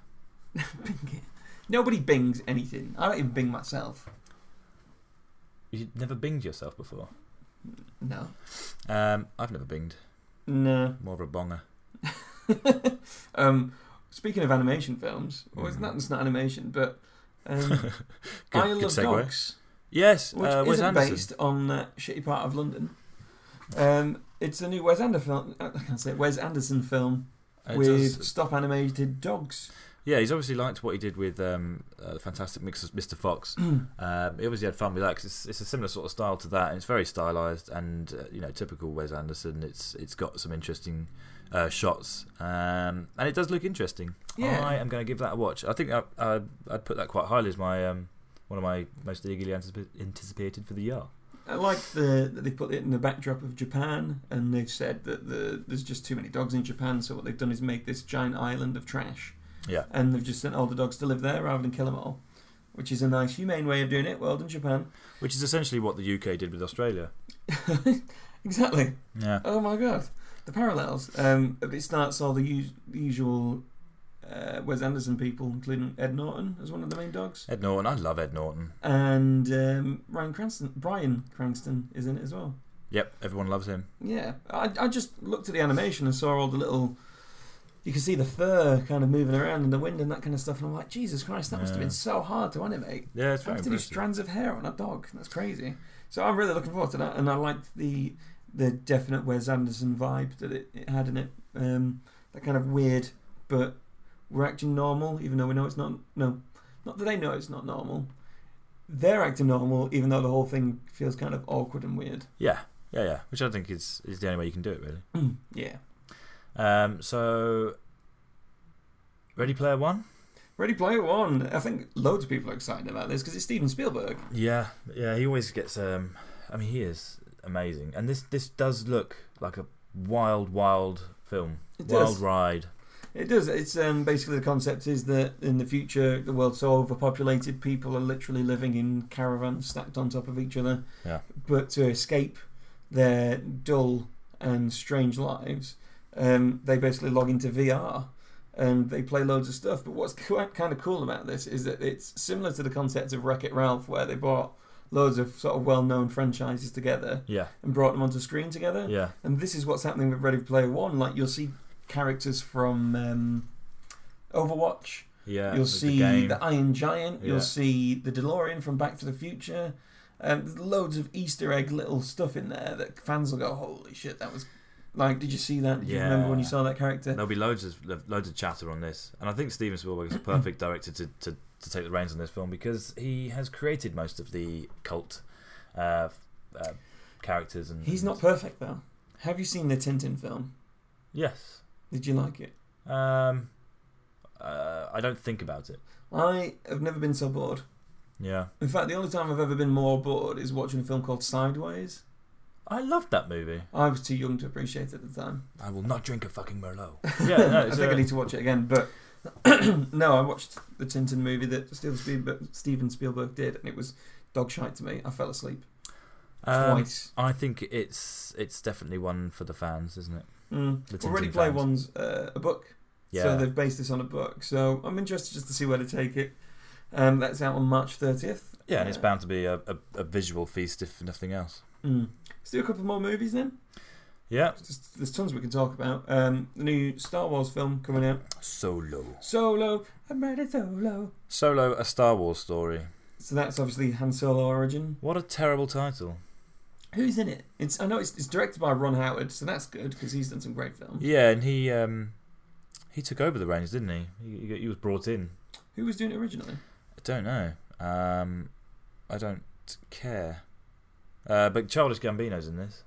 S1: Bing it. Nobody bings anything. I don't even bing myself.
S2: You've never binged yourself before.
S1: No.
S2: Um, I've never binged.
S1: No.
S2: More of a bonger.
S1: um, speaking of animation films, well, it's
S2: Mhm.
S1: not it's not animation, but um,
S2: Good-
S1: I
S2: good
S1: Love
S2: segue.
S1: Dogs,
S2: Yes,
S1: which
S2: uh, Wes
S1: isn't
S2: Anderson.
S1: based on that shitty part of London. Um, it's a new Wes Anderson. I can't say it, Wes Anderson film
S2: It
S1: with
S2: does-
S1: stop animated dogs.
S2: yeah, he's obviously liked what he did with um, uh, the Fantastic Mix of Mr. Fox. um, he obviously had fun with that 'cause it's, it's a similar sort of style to that, and it's very stylized and uh, you know typical Wes Anderson. It's it's got some interesting uh, shots, um, and it does look interesting.
S1: Yeah.
S2: I am going to give that a watch. I think I, I, I'd put that quite highly as my um, one of my most eagerly anticipa- anticipated for the year.
S1: I like the that they put it in the backdrop of Japan, and they've said that the there's just too many dogs in Japan. So what they've done is make this giant island of trash.
S2: Yeah.
S1: and they've just sent all the dogs to live there rather than kill them all, which is a nice humane way of doing it. Well done, Japan.
S2: Which is essentially what the UK did with Australia.
S1: exactly.
S2: Yeah.
S1: Oh my god, the parallels. Um, it starts all the, us- the usual uh, Wes Anderson people, including Ed Norton as one of the main dogs,
S2: Ed Norton. I love Ed Norton.
S1: and um, Ryan Cranston, Brian Cranston is in it as well.
S2: Yep, everyone loves him.
S1: Yeah, I, I just looked at the animation and saw all the little. You can see the fur kind of moving around in the wind and that kind of stuff, and I'm like, Jesus Christ, that must have
S2: Yeah.
S1: been so hard to animate.
S2: Yeah, it's
S1: I
S2: very
S1: have to do
S2: impressive.
S1: strands of hair on a dog. That's crazy. So I'm really looking forward to that, and I liked the the definite Wes Anderson vibe that it, it had in it. Um, that kind of weird, but we're acting normal, even though we know it's not. No, not that they know it's not normal. They're acting normal, even though the whole thing feels kind of awkward and weird.
S2: Yeah, yeah, yeah. Which I think is is the only way you can do it, really.
S1: Yeah.
S2: Um, so, Ready Player One.
S1: Ready Player One. I think loads of people are excited about this because it's Steven Spielberg.
S2: Yeah, yeah. He always gets. Um, I mean, he is amazing, and this this does look like a wild, wild film,
S1: It
S2: wild
S1: does.
S2: ride.
S1: It does. It's um, basically the concept is that in the future, the world's so overpopulated, people are literally living in caravans stacked on top of each other.
S2: Yeah.
S1: But to escape their dull and strange lives, um, they basically log into VR and they play loads of stuff. But what's quite kind of cool about this is that it's similar to the concept of Wreck It Ralph, where they brought loads of sort of well known franchises together
S2: Yeah,
S1: and brought them onto screen together.
S2: yeah,
S1: And this is what's happening with Ready Player One. Like you'll see characters from um, Overwatch.
S2: yeah.
S1: you'll
S2: the-
S1: see
S2: the,
S1: the,
S2: game.
S1: Iron Giant.
S2: Yeah.
S1: You'll see the DeLorean from Back to the Future. Um, there's loads of Easter egg little stuff in there that fans will go, "Holy shit, that was like, did you see that? Did you remember when you
S2: Yeah.
S1: saw that character?"
S2: There'll be loads of loads of chatter on this, and I think Steven Spielberg is a perfect director to, to, to take the reins on this film because he has created most of the cult uh, uh, characters. And
S1: He's not perfect though. Have you seen the Tintin film?
S2: Yes.
S1: Did you like it?
S2: Um, uh, I don't think about it.
S1: I have never been so bored.
S2: Yeah,
S1: In fact, the only time I've ever been more bored is watching a film called Sideways.
S2: I loved that movie.
S1: I was too young to appreciate it at the time.
S2: I will not drink a fucking Merlot. Yeah, no,
S1: I
S2: it's,
S1: think I
S2: uh,
S1: need to watch it again. But no, I watched the Tintin movie that Steven Spielberg, Steven Spielberg did, and it was dog shite to me. I fell asleep
S2: Um,
S1: twice.
S2: I think it's it's definitely one for the fans, isn't it?
S1: Mm.
S2: the
S1: Well, Ready
S2: Tintin
S1: Player
S2: fans.
S1: One's uh, a book,
S2: Yeah,
S1: so they've based this on a book. So I'm interested just to see where to take it. Um, that's out on March 30th.
S2: yeah, and it's
S1: Uh,
S2: bound to be a, a, a visual feast if nothing else.
S1: Mm. Let's do a couple more movies then.
S2: Yeah,
S1: There's, there's tons we can talk about. Um, the new Star Wars film coming out.
S2: Solo.
S1: Solo, I'm ready solo.
S2: Solo, a Star Wars story.
S1: So that's obviously Han Solo origin.
S2: What a terrible title.
S1: Who's in it? It's I know it's, it's directed by Ron Howard, so that's good because he's done some great films.
S2: Yeah, and he um, he took over the reins, didn't he? He, he- he was brought in.
S1: Who was doing it originally?
S2: I don't know. Um, I don't care. Uh, but Childish Gambino's in this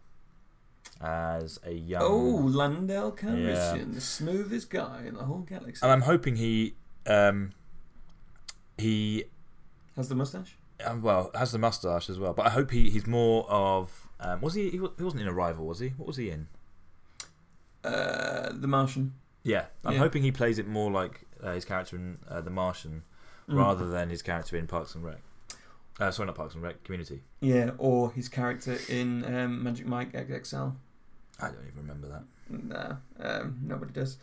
S2: as a young.
S1: oh, Landel Calrissian,
S2: yeah.
S1: the smoothest guy in the whole galaxy.
S2: and I'm hoping he um, he
S1: Has the mustache?
S2: uh, well has the mustache as well. But I hope he, he's more of um, was he, he wa- he wasn't in Arrival, was he? What was he in?
S1: Uh, the Martian.
S2: Yeah, I'm
S1: Yeah.
S2: hoping he plays it more like uh, his character in uh, The Martian
S1: Mm.
S2: rather than his character in Parks and Rec. Uh, sorry, not Parks and Rec, Community.
S1: Yeah, or his character in um, Magic Mike XXL.
S2: I don't even remember that.
S1: Nah, um, nobody does.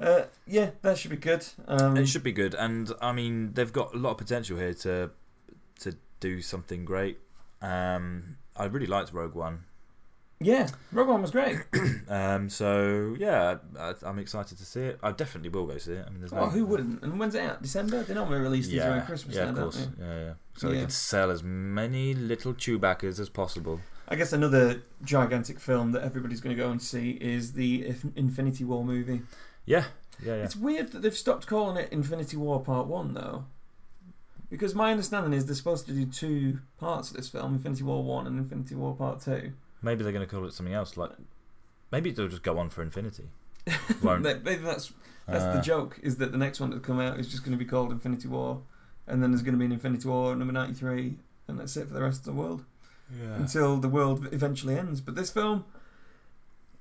S1: Uh, yeah, that should be good. Um,
S2: It should be good, and I mean they've got a lot of potential here to to do something great. Um, I really liked Rogue One,
S1: Yeah, Rogue One was great.
S2: um, so yeah, I, I'm excited to see it. I definitely will go see it. I mean, there's
S1: Oh,
S2: no,
S1: who wouldn't? And when's it out? December? They normally release these
S2: Yeah,
S1: around Christmas.
S2: yeah,
S1: now,
S2: of
S1: don't
S2: course.
S1: they?
S2: Yeah, yeah. So they
S1: Yeah.
S2: could sell as many little Chewbaccas as possible.
S1: I guess another gigantic film that everybody's going to go and see is the If- Infinity War movie.
S2: Yeah, yeah, yeah.
S1: It's weird that they've stopped calling it Infinity War Part 1, though. Because my understanding is they're supposed to do two parts of this film Infinity War 1 and Infinity War Part 2.
S2: Maybe they're going to call it something else. Like maybe they'll just go on for infinity. Won't.
S1: That- that- that's that's the
S2: Uh,
S1: joke, is that the next one to come out is just going to be called Infinity War, and then there's going to be an Infinity War number 93, and that's it for the rest of the world.
S2: Yeah.
S1: until the world eventually ends. But this film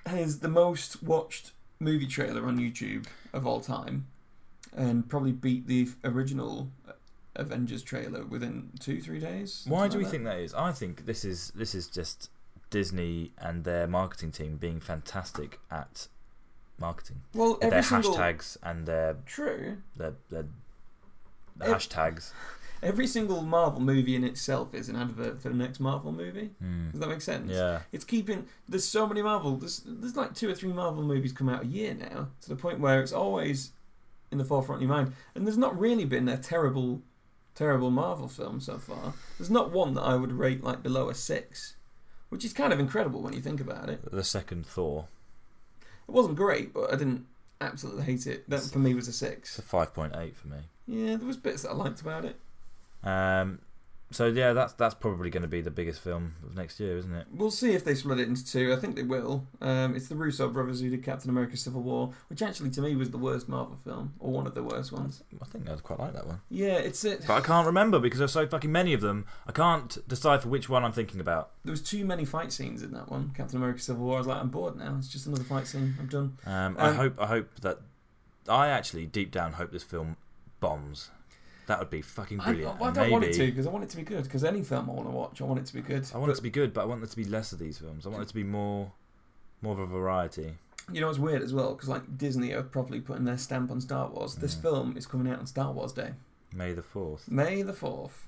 S1: has the most watched movie trailer on YouTube of all time, and probably beat the f- original uh, Avengers trailer within two, three days. something
S2: Why do
S1: like
S2: we
S1: that.
S2: think that is? I think this is this is just Disney and their marketing team being fantastic at marketing.
S1: Well, every
S2: their
S1: single
S2: hashtags and their
S1: true.
S2: their, their
S1: Ev-
S2: hashtags.
S1: Every single Marvel movie in itself is an advert for the next Marvel movie.
S2: Hmm.
S1: Does that make sense?
S2: Yeah.
S1: It's keeping. There's so many Marvel. There's there's like two or three Marvel movies come out a year now, to the point where it's always in the forefront of your mind. And there's not really been a terrible, terrible Marvel film so far. There's not one that I would rate like below a six, which is kind of incredible when you think about it.
S2: The second Thor.
S1: It wasn't great, but I didn't absolutely hate it. That for me was a
S2: It's
S1: six.
S2: a 5.8 for me.
S1: Yeah, there was bits that I liked about it.
S2: Um, so yeah, that's that's probably going to be the biggest film of next year, isn't it?
S1: We'll see if they split it into two. I think they will. Um, it's the Russo brothers who did Captain America: Civil War, which actually to me was the worst Marvel film or one of the worst ones.
S2: I think I'd quite like that one,
S1: Yeah, it's it.
S2: but I can't remember because there's so fucking many of them. I can't decipher which one I'm thinking about.
S1: There was too many fight scenes in that one. Captain America: Civil War. I was like, I'm bored now. It's just another fight scene. I'm done.
S2: Um, I
S1: Um,
S2: hope I hope that I actually deep down hope this film bombs. That would be fucking
S1: I,
S2: brilliant.
S1: I
S2: And
S1: don't want it to
S2: maybe-
S1: because I want it to be good. Because any film I want to watch, I want it to be good.
S2: I want it to be good, but I want there to be less of these films. I want it to be more, more of a variety.
S1: You know, it's weird as well because like Disney are probably putting their stamp on Star Wars. This
S2: Mm.
S1: film is coming out on Star Wars Day,
S2: May the fourth.
S1: May the fourth.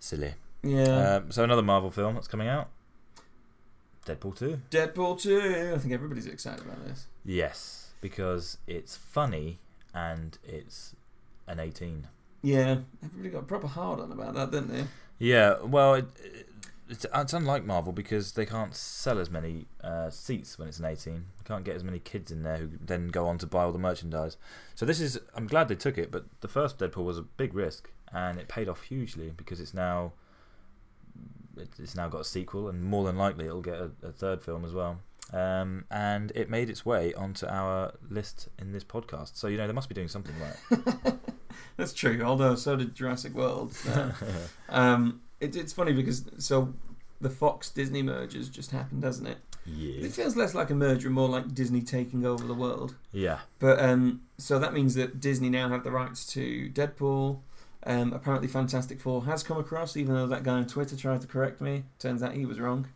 S2: Silly.
S1: Yeah,
S2: Um, so another Marvel film that's coming out. Deadpool two.
S1: Deadpool two. I think everybody's excited about this.
S2: Yes, because it's funny and it's an 18.
S1: Yeah, everybody got proper hard on about that, didn't they?
S2: Yeah, well, it, it, it's, it's unlike Marvel because they can't sell as many uh, seats when it's an 18. They can't get as many kids in there who then go on to buy all the merchandise. So this is, I'm glad they took it, but the first Deadpool was a big risk and it paid off hugely because it's now. it- It's now got a sequel, and more than likely it'll get a, a third film as well. Um, and it made its way onto our list in this podcast, so you know they must be doing something right.
S1: That's true. Although so did Jurassic World. Uh, um, it, it's funny because so the Fox Disney mergers just happened, hasn't it?
S2: Yeah.
S1: It feels less like a merger and more like Disney taking over the world.
S2: Yeah.
S1: But um, so that means that Disney now have the rights to Deadpool. Um, apparently, Fantastic Four has come across, even though that guy on Twitter tried to correct me. Turns out he was wrong.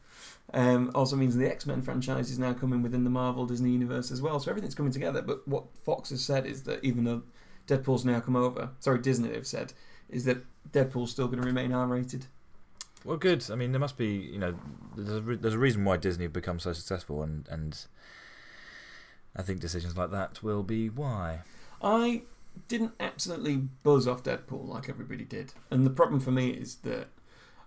S1: Um, also means the X Men franchise is now coming within the Marvel Disney universe as well. So everything's coming together. But what Fox has said is that even though Deadpool's now come over, sorry, Disney have said, is that Deadpool's still going to remain R rated.
S2: Well, good. I mean, there must be, you know, there's a, re- there's a reason why Disney have become so successful, and, and I think decisions like that will be why.
S1: I didn't absolutely buzz off Deadpool like everybody did, and the problem for me is that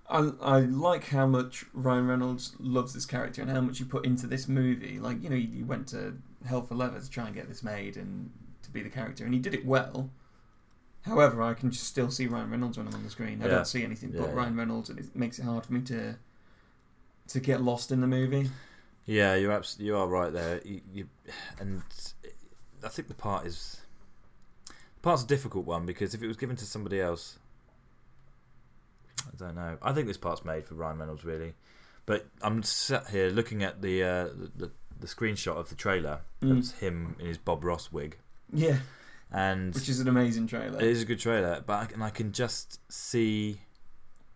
S1: I, I like how much Ryan Reynolds loves this character and how much he put into this movie. Like you know, he, he went to hell for leather to try and get this made and to be the character, and he did it well. However, I can just still see Ryan Reynolds when I'm on the screen. I
S2: Yeah.
S1: don't see anything
S2: Yeah,
S1: but
S2: yeah.
S1: Ryan Reynolds, and it makes it hard for me to to get lost in the movie.
S2: Yeah, you're abs- you are right there. You, you, and I think the part is the part's a difficult one because if it was given to somebody else, I don't know. I think this part's made for Ryan Reynolds really, but I'm sat here looking at the uh, the, the, the screenshot of the trailer.
S1: Mm.
S2: That's him in his Bob Ross wig,
S1: Yeah,
S2: and
S1: which is an amazing trailer.
S2: It is a good trailer, but I can, I can just see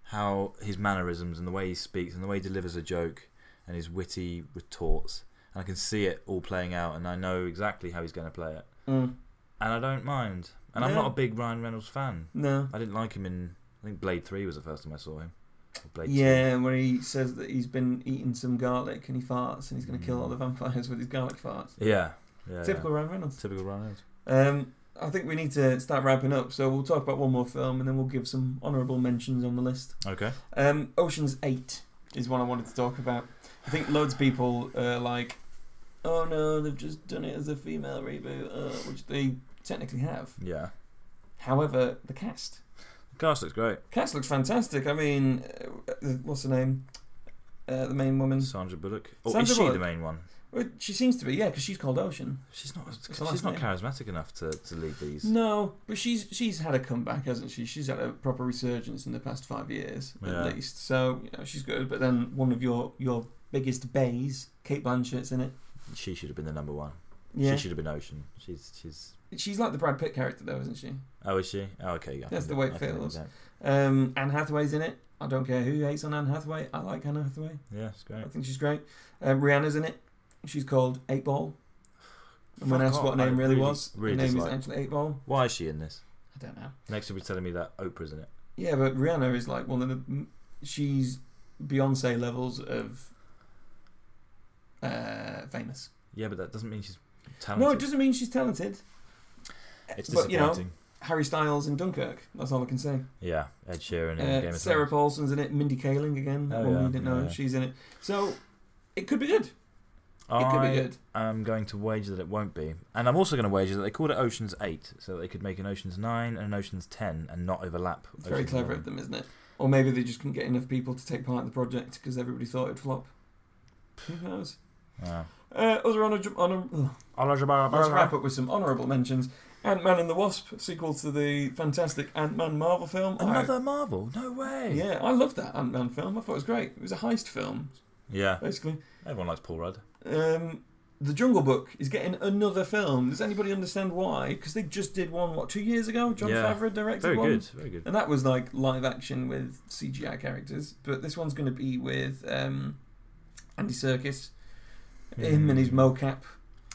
S2: how his mannerisms and the way he speaks and the way he delivers a joke and his witty retorts, and I can see it all playing out, and I know exactly how he's going to play it,
S1: Mm.
S2: and I don't mind. And I'm
S1: No.
S2: not a big Ryan Reynolds fan.
S1: No,
S2: I didn't like him in. I think Blade Three was the first time I saw him. Or Blade Two.
S1: Yeah, where he says that he's been eating some garlic and he farts and he's going to kill all the vampires with his garlic farts.
S2: Yeah. Yeah.
S1: Typical
S2: Mm. Oh, yeah.
S1: Ryan Reynolds.
S2: Typical Ryan Reynolds.
S1: Um, I think we need to start wrapping up, so we'll talk about one more film and then we'll give some honourable mentions on the list.
S2: Okay.
S1: Um, Ocean's 8 is one I wanted to talk about. I think loads of people are like, oh no, they've just done it as a female reboot, uh, which they technically have.
S2: Yeah.
S1: However, the cast.
S2: Cast looks great.
S1: Cast looks fantastic. I mean, uh, what's her name? Uh, the main woman.
S2: Sandra Bullock. Or
S1: Sandra
S2: is she
S1: Bullock.
S2: the main one?
S1: Well, she seems to be, yeah, because she's called Ocean.
S2: She's not.
S1: It's the
S2: She's
S1: last
S2: not
S1: name.
S2: charismatic enough to, to lead these.
S1: No, but she's she's had a comeback, hasn't she? She's had a proper resurgence in the past five years,
S2: Yeah.
S1: at least. So you know, she's good. But then one of your your biggest bays, Kate Blanchett's in it.
S2: She should have been the number one.
S1: Yeah,
S2: She should have been Ocean. She's she's.
S1: she's like the Brad Pitt character, though, isn't she?
S2: Oh, is she? Oh, okay. Yeah, I
S1: That's
S2: can-
S1: the way it
S2: I can live
S1: feels.
S2: with
S1: Um, Anne Hathaway's in it. I don't care who hates on Anne Hathaway. I like Anne Hathaway.
S2: that. Yeah, it's great.
S1: I think she's great. Um, Rihanna's in it. She's called Eight Ball. And when
S2: Fuck
S1: asked what
S2: off,
S1: her
S2: I
S1: name really, was,
S2: really
S1: her name
S2: dislike-
S1: is actually Eight Ball.
S2: Why is she in this?
S1: I don't know.
S2: Next, you'll be telling me that Oprah's in it.
S1: Yeah, but Rihanna is like one of the. She's Beyonce levels of uh, famous.
S2: Yeah, but that doesn't mean she's
S1: No, it
S2: talented.
S1: doesn't mean she's talented.
S2: it's
S1: but, you
S2: disappointing.
S1: know, Harry Styles in Dunkirk. That's all I can say.
S2: Yeah, Ed Sheeran in Game
S1: Uh,
S2: of
S1: Sarah
S2: Thrones.
S1: Paulson's in it. Mindy Kaling again. That
S2: Oh,
S1: one
S2: yeah,
S1: we didn't know
S2: yeah.
S1: she's in it. So it could be good. It could be
S2: I
S1: good.
S2: am going to wager that it won't be, and I'm also going to wager that they called it Ocean's Eight, so they could make an Ocean's Nine and an Ocean's Ten and not overlap.
S1: It's very
S2: Ocean's
S1: clever
S2: Eleven.
S1: of them, isn't it? Or maybe they just couldn't get enough people to take part in the project because everybody thought it'd flop. Who knows?
S2: Yeah.
S1: Uh, other honour- honour- ugh. Let's wrap up with some honourable mentions. Ant Man and the Wasp, sequel to the fantastic Ant Man Marvel film. I-
S2: Another Marvel? No way.
S1: yeah, I loved that Ant Man film. I thought it was great. It was a heist film,
S2: Yeah.
S1: basically.
S2: Everyone likes Paul Rudd.
S1: Um, the Jungle Book is getting another film. Does anybody understand why? Because they just did one, what, two years ago? John
S2: Yeah.
S1: Favreau directed
S2: Very
S1: one.
S2: good. Very good.
S1: And that was like live action with CGI characters, but this one's going to be with um, Andy Serkis, him and his
S2: Hmm.
S1: mocap.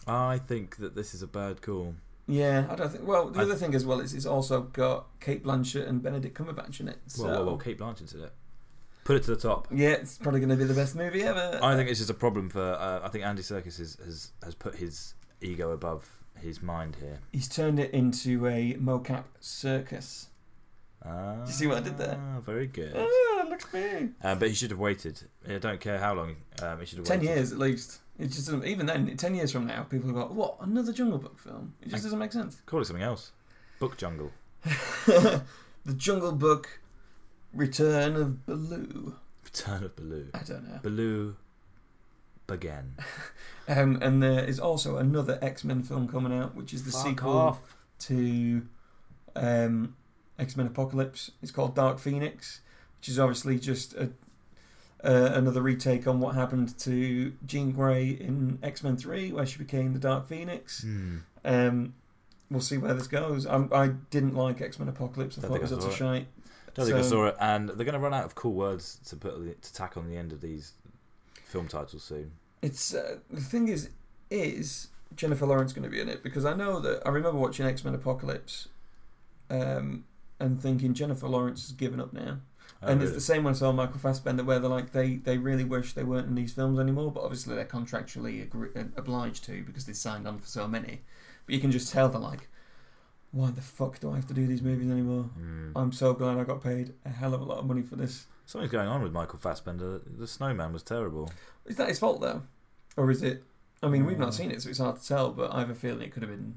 S2: I think that this is a bad call.
S1: Yeah, I don't think. Well, the
S2: I-
S1: other thing as well is it's also got Kate Blanchett and Benedict Cumberbatch in it. So
S2: Well, well, well, Kate Blanchett's in it. Put it to the top.
S1: yeah, it's probably going to be the best movie ever.
S2: I think it's just a problem for. Uh, I think Andy Serkis is, has has put his ego above his mind here.
S1: he's turned it into a mocap circus.
S2: Ah,
S1: you see what I did there?
S2: Very good.
S1: Ah, look at me.
S2: Uh, but he should have waited. I don't care how long. Um, he should have
S1: Ten
S2: waited.
S1: years at least. It just doesn't, even then, ten years from now, people go, "What? Another Jungle Book film?" It just
S2: I-
S1: doesn't make sense.
S2: Call it something else. Book Jungle.
S1: the Jungle Book: Return of Baloo.
S2: Return of Baloo.
S1: I don't know.
S2: Baloo. Again.
S1: Um, and there is also another X Men film coming out, which is the sequel. to um, X Men Apocalypse. It's called Dark Phoenix, which is obviously just a, uh, another retake on what happened to Jean Grey in X Men Three, where she became the Dark Phoenix.
S2: Hmm.
S1: Um, we'll see where this goes. I'm, I didn't like X Men Apocalypse. I
S2: Don't
S1: thought it
S2: think
S1: was
S2: I
S1: utter
S2: saw it.
S1: shite.
S2: Don't think I
S1: So-
S2: saw it. And they're going to run out of cool words to put to tack on the end of these film titles soon.
S1: It's uh, the thing is, is Jennifer Lawrence going to be in it? Because I know that I remember watching X Men Apocalypse, um, and thinking Jennifer Lawrence has given up now.
S2: Oh,
S1: and
S2: really?
S1: it's the same when I saw Michael Fassbender, where they're like they, they really wish they weren't in these films anymore, but obviously they're contractually agree- uh, obliged to because they signed on for so many. But you can just tell they're like, why the fuck do I have to do these movies anymore?
S2: Hmm.
S1: I'm so glad I got paid a hell of a lot of money for this.
S2: Something's going on with Michael Fassbender. The Snowman was terrible.
S1: Is that his fault though, or is it? I mean, we've
S2: Hmm.
S1: not seen it, so it's hard to tell. But I have a feeling it could have been.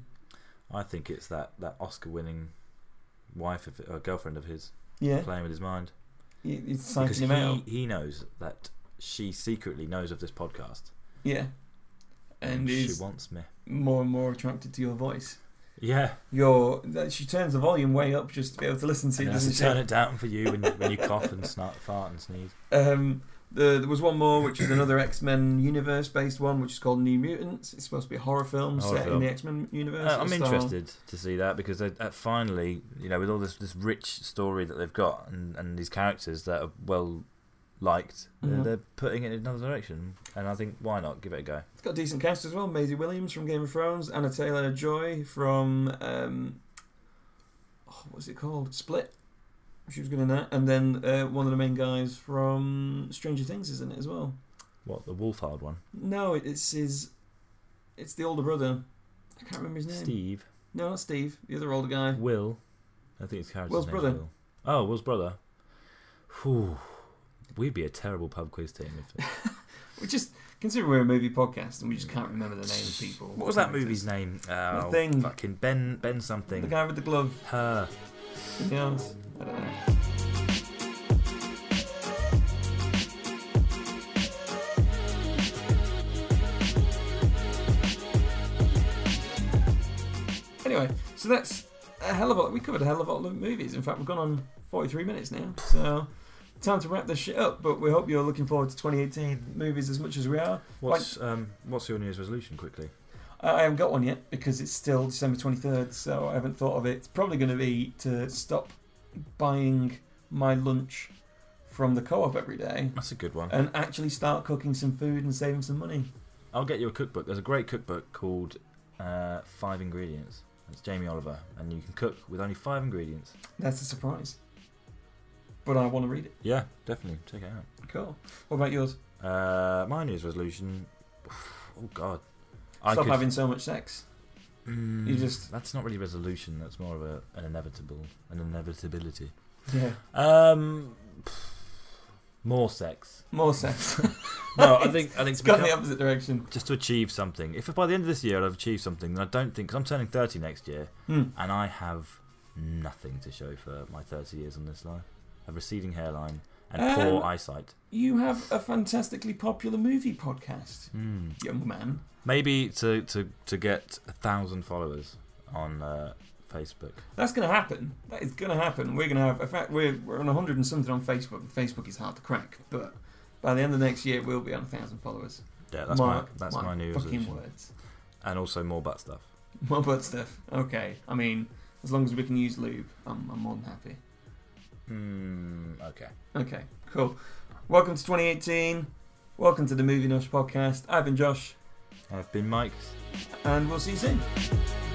S2: I think it's that, that Oscar-winning wife of or girlfriend of his
S1: Yeah,
S2: playing with his mind
S1: it- it's
S2: because
S1: psyching him out.
S2: he, he knows that she secretly knows of this podcast
S1: Yeah, and
S2: she
S1: is
S2: wants me.
S1: more and more attracted to your voice.
S2: Yeah,
S1: Your that- she turns the volume way up just to be able to listen to
S2: and
S1: you.
S2: it has
S1: doesn't
S2: to
S1: she?
S2: turn it down for you when you, when you cough and snort, fart and sneeze.
S1: Um, the, there was one more, which is another X Men universe based one, which is called New Mutants. It's supposed to be a horror film
S2: Horror
S1: set
S2: film.
S1: in the X Men universe.
S2: Uh, I'm
S1: It'll star-
S2: interested to see that because they, uh, finally, you know, with all this this rich story that they've got and, and these characters that are well liked,
S1: Mhm.
S2: they're, they're putting it in another direction. And I think why not give it a go?
S1: It's got a decent cast as well. Maisie Williams from Game of Thrones, Anna Taylor Joy from um, oh, what's it called? Split. She was good in that, and then uh, one of the main guys from Stranger Things is in it as well.
S2: What the Wolfhard one?
S1: No, it- it's his. It's the older brother. I can't remember his name.
S2: Steve,
S1: No, not Steve. The other older guy.
S2: Will, I think his character's
S1: Will's
S2: name's
S1: brother.
S2: Will. Oh, Will's brother. Whew. We'd be a terrible pub quiz team if
S1: We just consider we're a movie podcast and we just can't remember the name of people.
S2: What was that movie's name? Oh,
S1: thing.
S2: Fucking Ben Ben
S1: The
S2: something.
S1: guy with the glove.
S2: Her.
S1: in the arse. I don't know. Anyway, so that's a hell of a lot. We covered a hell of a lot of movies. In fact, we've gone on 43 minutes now. So. Time to wrap this shit up, but we hope you're looking forward to 2018 movies as much as we are.
S2: What's um what's your New Year's resolution quickly?
S1: I I haven't got one yet because it's still December 23rd, so I haven't thought of it. It's probably going to be to stop buying my lunch from the co op every day
S2: That's a good one.
S1: and actually start cooking some food and saving some money.
S2: I'll get you a cookbook. There's a great cookbook called uh, Five Ingredients. It's Jamie Oliver, and you can cook with only five ingredients.
S1: That's a surprise. But I want to read it.
S2: Yeah, definitely check it out.
S1: Cool. What about yours?
S2: Uh, my New Year's resolution. Oh God, I
S1: Stop
S2: could.
S1: having so much sex.
S2: Mm,
S1: You just-
S2: that's not really resolution. That's more of a, an inevitable, an inevitability.
S1: Yeah,
S2: Um, more sex.
S1: more sex.
S2: No, I think I think
S1: it's
S2: to
S1: gone
S2: become-
S1: the opposite direction.
S2: just to achieve something. If by the end of this year I've achieved something, then I don't think because I'm turning thirty next year,
S1: Hmm.
S2: and I have nothing to show for my thirty years on this life. A receding hairline and
S1: Um,
S2: poor eyesight.
S1: You have a fantastically popular movie podcast,
S2: Hmm.
S1: young man.
S2: Maybe to to to get a thousand followers on uh, Facebook.
S1: That's going to happen. That is going to happen. We're going to have, in fact, we're, we're on 100 and something on Facebook. Facebook is hard to crack, but by the end of next year, we'll be on 1,000 followers.
S2: Yeah, that's my,
S1: Mark
S2: that's my, new
S1: fucking
S2: resolution.
S1: words.
S2: And also more butt stuff.
S1: My butt stuff. Okay. I mean, as long as we can use lube, I'm, I'm more than happy.
S2: Hmm. Okay.
S1: Okay, cool. Welcome to 2018. Welcome to the Movie Nosh podcast. I've been Josh,
S2: I've been Mike's.
S1: and we'll see you soon.